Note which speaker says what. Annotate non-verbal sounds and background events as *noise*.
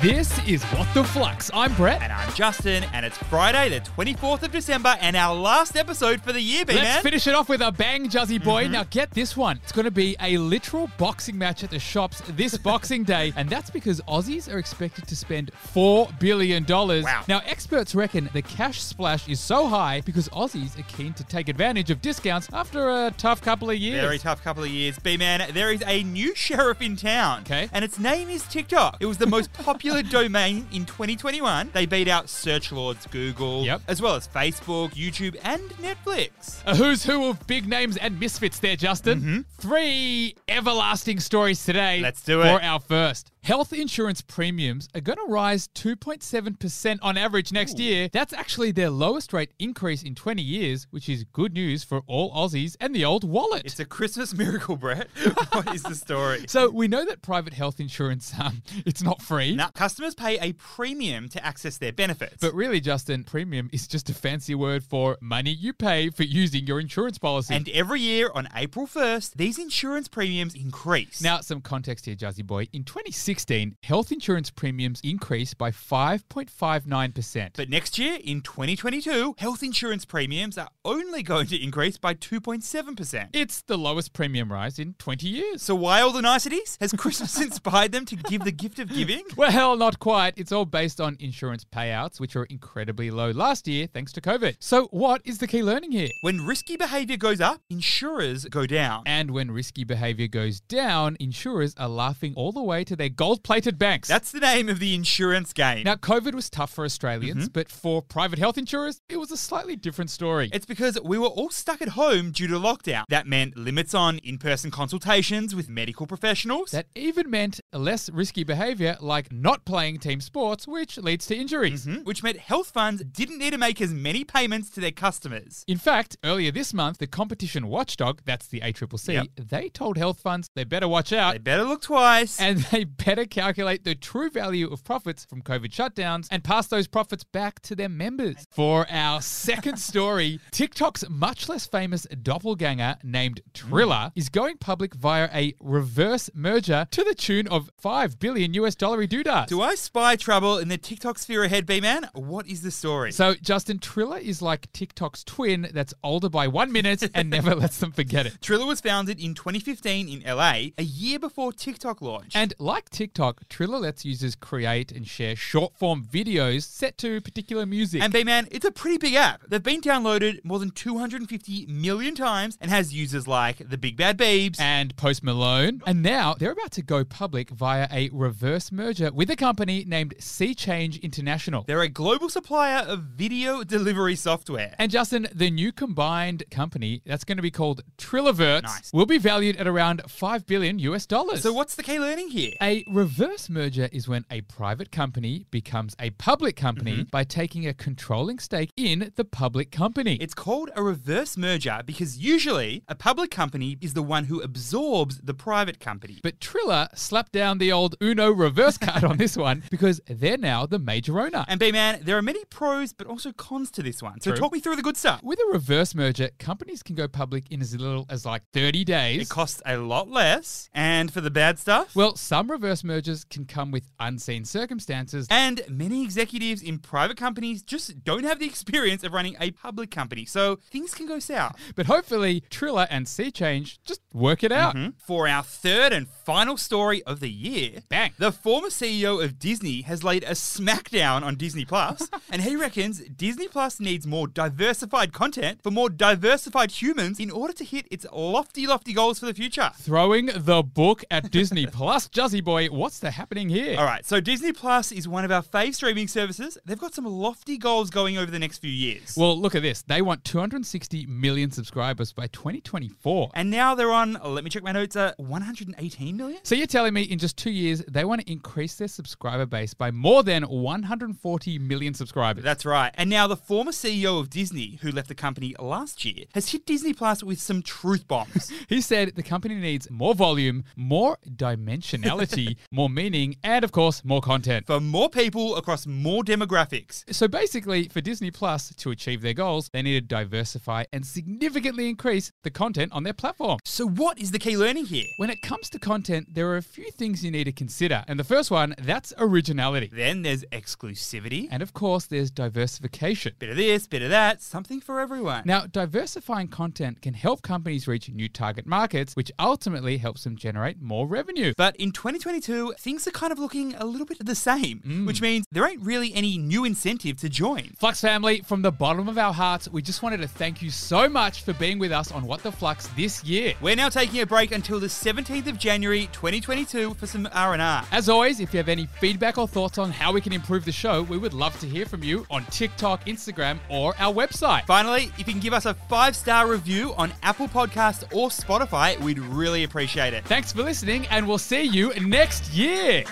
Speaker 1: This is What the Flux. I'm Brett.
Speaker 2: And I'm Justin, and it's Friday, the 24th of December, and our last episode for the year, B
Speaker 1: Let's
Speaker 2: man.
Speaker 1: finish it off with a bang, Juzzy boy.
Speaker 2: Mm-hmm.
Speaker 1: Now get this one. It's going to be a literal boxing match at the shops
Speaker 2: *laughs*
Speaker 1: this Boxing Day, and that's because Aussies are expected to spend four billion dollars.
Speaker 2: Wow.
Speaker 1: Now experts reckon the cash splash is so high because Aussies are keen to take advantage of discounts after a tough couple of years.
Speaker 2: Very tough couple of years. B man, there is a new sheriff in town.
Speaker 1: Okay.
Speaker 2: And its name is TikTok. It was the
Speaker 1: *laughs*
Speaker 2: most popular domain in 2021. They beat out Search Lords, Google,
Speaker 1: Yep.
Speaker 2: as well as Facebook, YouTube, and Netflix.
Speaker 1: A who's who of big names and misfits there, Justin. Three everlasting stories today.
Speaker 2: Mm-hmm. Let's do
Speaker 1: For
Speaker 2: it.
Speaker 1: our first. Health insurance premiums are going to rise 2.7% on average next year. That's actually their lowest rate increase in 20 years, which is good news for all Aussies and the old wallet.
Speaker 2: It's a Christmas *laughs* miracle, Brett. what is the story?
Speaker 1: so we know that private health insurance, um, *laughs* it's not free.
Speaker 2: Now, customers pay a premium to access their benefits.
Speaker 1: But really, Justin, premium is just a fancy word for money you pay for using your insurance policy.
Speaker 2: and every year on April 1st, these insurance premiums increase.
Speaker 1: Now, some context here, Jazzy Boy. In 2016, health insurance premiums increased by 5.59%.
Speaker 2: But next year, in 2022, health insurance premiums are only going to increase by 2.7%.
Speaker 1: it's the lowest premium rise in 20 years.
Speaker 2: So, why all the niceties? Has Christmas *laughs* inspired them to give the gift of giving?
Speaker 1: Well, not quite. It's all based on insurance payouts, which are incredibly low last year thanks to COVID. So, what is the key learning here?
Speaker 2: When risky behavior goes up, insurers go down.
Speaker 1: And when risky behavior goes down, insurers are laughing all the way to their gold plated banks.
Speaker 2: That's the name of the insurance game.
Speaker 1: now, COVID was tough for Australians, but for private health insurers, it was a slightly different story.
Speaker 2: It's because we were all stuck at home due to lockdown. That meant limits on in person consultations with medical professionals.
Speaker 1: That even meant less risky behavior like not playing team sports, which leads to injuries.
Speaker 2: Mhm. Which meant health funds didn't need to make as many payments to their customers.
Speaker 1: In fact, earlier this month, the competition watchdog, that's the ACCC, they told health funds they better watch out
Speaker 2: They better look
Speaker 1: *laughs*
Speaker 2: twice.
Speaker 1: and they better calculate the true value of profits from COVID shutdowns and pass those profits back to their members. For our second story, TikTok's much less famous doppelganger named Triller is going public via a reverse merger to the tune of 5 billion US dollar doodah.
Speaker 2: Do I spy trouble in the TikTok sphere ahead, B man? What is the story?
Speaker 1: So Justin Triller is like TikTok's twin that's older by one minute and
Speaker 2: *laughs*
Speaker 1: never lets them forget it.
Speaker 2: Triller was founded in 2015 in LA, a year before TikTok launched.
Speaker 1: And like TikTok, Triller lets users create and share short form videos set to particular music.
Speaker 2: and B man, it's a pretty big app. They've been downloaded more than 250 million times and has users like the Big Bad Babes.
Speaker 1: and Post Malone. And now they're about to go public via a reverse merger with a company named Sea Change International.
Speaker 2: They're a global supplier of video delivery software.
Speaker 1: And Justin, the new combined company that's going to be called Trilliverts
Speaker 2: Nice.
Speaker 1: will be valued at around 5 billion US dollars.
Speaker 2: so what's the key learning here?
Speaker 1: A reverse merger is when a private company becomes a public company
Speaker 2: Mm-hmm.
Speaker 1: by taking a controlling stake in the public company.
Speaker 2: It's called a reverse merger because usually a public company is the one who absorbs the private company.
Speaker 1: but Triller slapped down the old Uno
Speaker 2: *laughs*
Speaker 1: reverse card on this one because they're now the major owner.
Speaker 2: And B man, there are many pros but also cons to this one. So
Speaker 1: True.
Speaker 2: talk me through the good stuff.
Speaker 1: with a reverse merger, companies can go public in as little as like 30 days.
Speaker 2: It costs a lot less. And for the bad stuff,
Speaker 1: well, some reverse mergers can come with unseen circumstances.
Speaker 2: and many executives in private companies just don't have the experience of running a public company. So things can go south.
Speaker 1: But hopefully, Triller and Sea Change just work it out.
Speaker 2: For our third and final story of the year,
Speaker 1: Bang.
Speaker 2: the former CEO of Disney has laid a smackdown on Disney Plus, *laughs* and he reckons Disney Plus needs more diversified content for more diversified humans in order to hit its lofty, lofty goals for the future.
Speaker 1: Throwing the book at Disney Plus. Juzzy Boy, what's the happening here?
Speaker 2: All right, so Disney Plus is one of our fave streaming services. They've got some lofty goals going over the next few years.
Speaker 1: Well, look at this. They want 260 million subscribers by 2024.
Speaker 2: and now they're on, let me check my notes, uh, 118 million?
Speaker 1: so you're telling me in just two years, they want to increase their subscriber base by more than 140 million subscribers.
Speaker 2: That's right. And now the former CEO of Disney, who left the company last year, has hit Disney
Speaker 1: *laughs*
Speaker 2: Plus with some truth bombs.
Speaker 1: he said the company needs more volume, more dimensionality,
Speaker 2: *laughs*
Speaker 1: quality, more meaning, and of course, more content.
Speaker 2: for more people across more demographics.
Speaker 1: So basically, for Disney Plus to achieve their goals, they need to diversify and significantly increase the content on their platform.
Speaker 2: So, what is the key learning here?
Speaker 1: When it comes to content, there are a few things you need to consider. And the first one, that's originality.
Speaker 2: Then there's exclusivity.
Speaker 1: And of course, there's diversification.
Speaker 2: Bit of this, bit of that, something for everyone.
Speaker 1: Now, diversifying content can help companies reach new target markets, which ultimately helps them generate more revenue.
Speaker 2: But in 2022, things are kind of looking a little bit the same, which means there ain't really any new incentive to join.
Speaker 1: Flux family, from the bottom of our hearts, we just wanted to thank you so much for being with us on What the Flux this year.
Speaker 2: We're now taking a break until the 17th of January 2022 for some R&R.
Speaker 1: As always, if you have any feedback or thoughts on how we can improve the show, we would love to hear from you on TikTok, Instagram, or our website.
Speaker 2: Finally, if you can give us a five-star review on Apple Podcasts or Spotify, we'd really appreciate it.
Speaker 1: Thanks for listening, and we'll see you next year.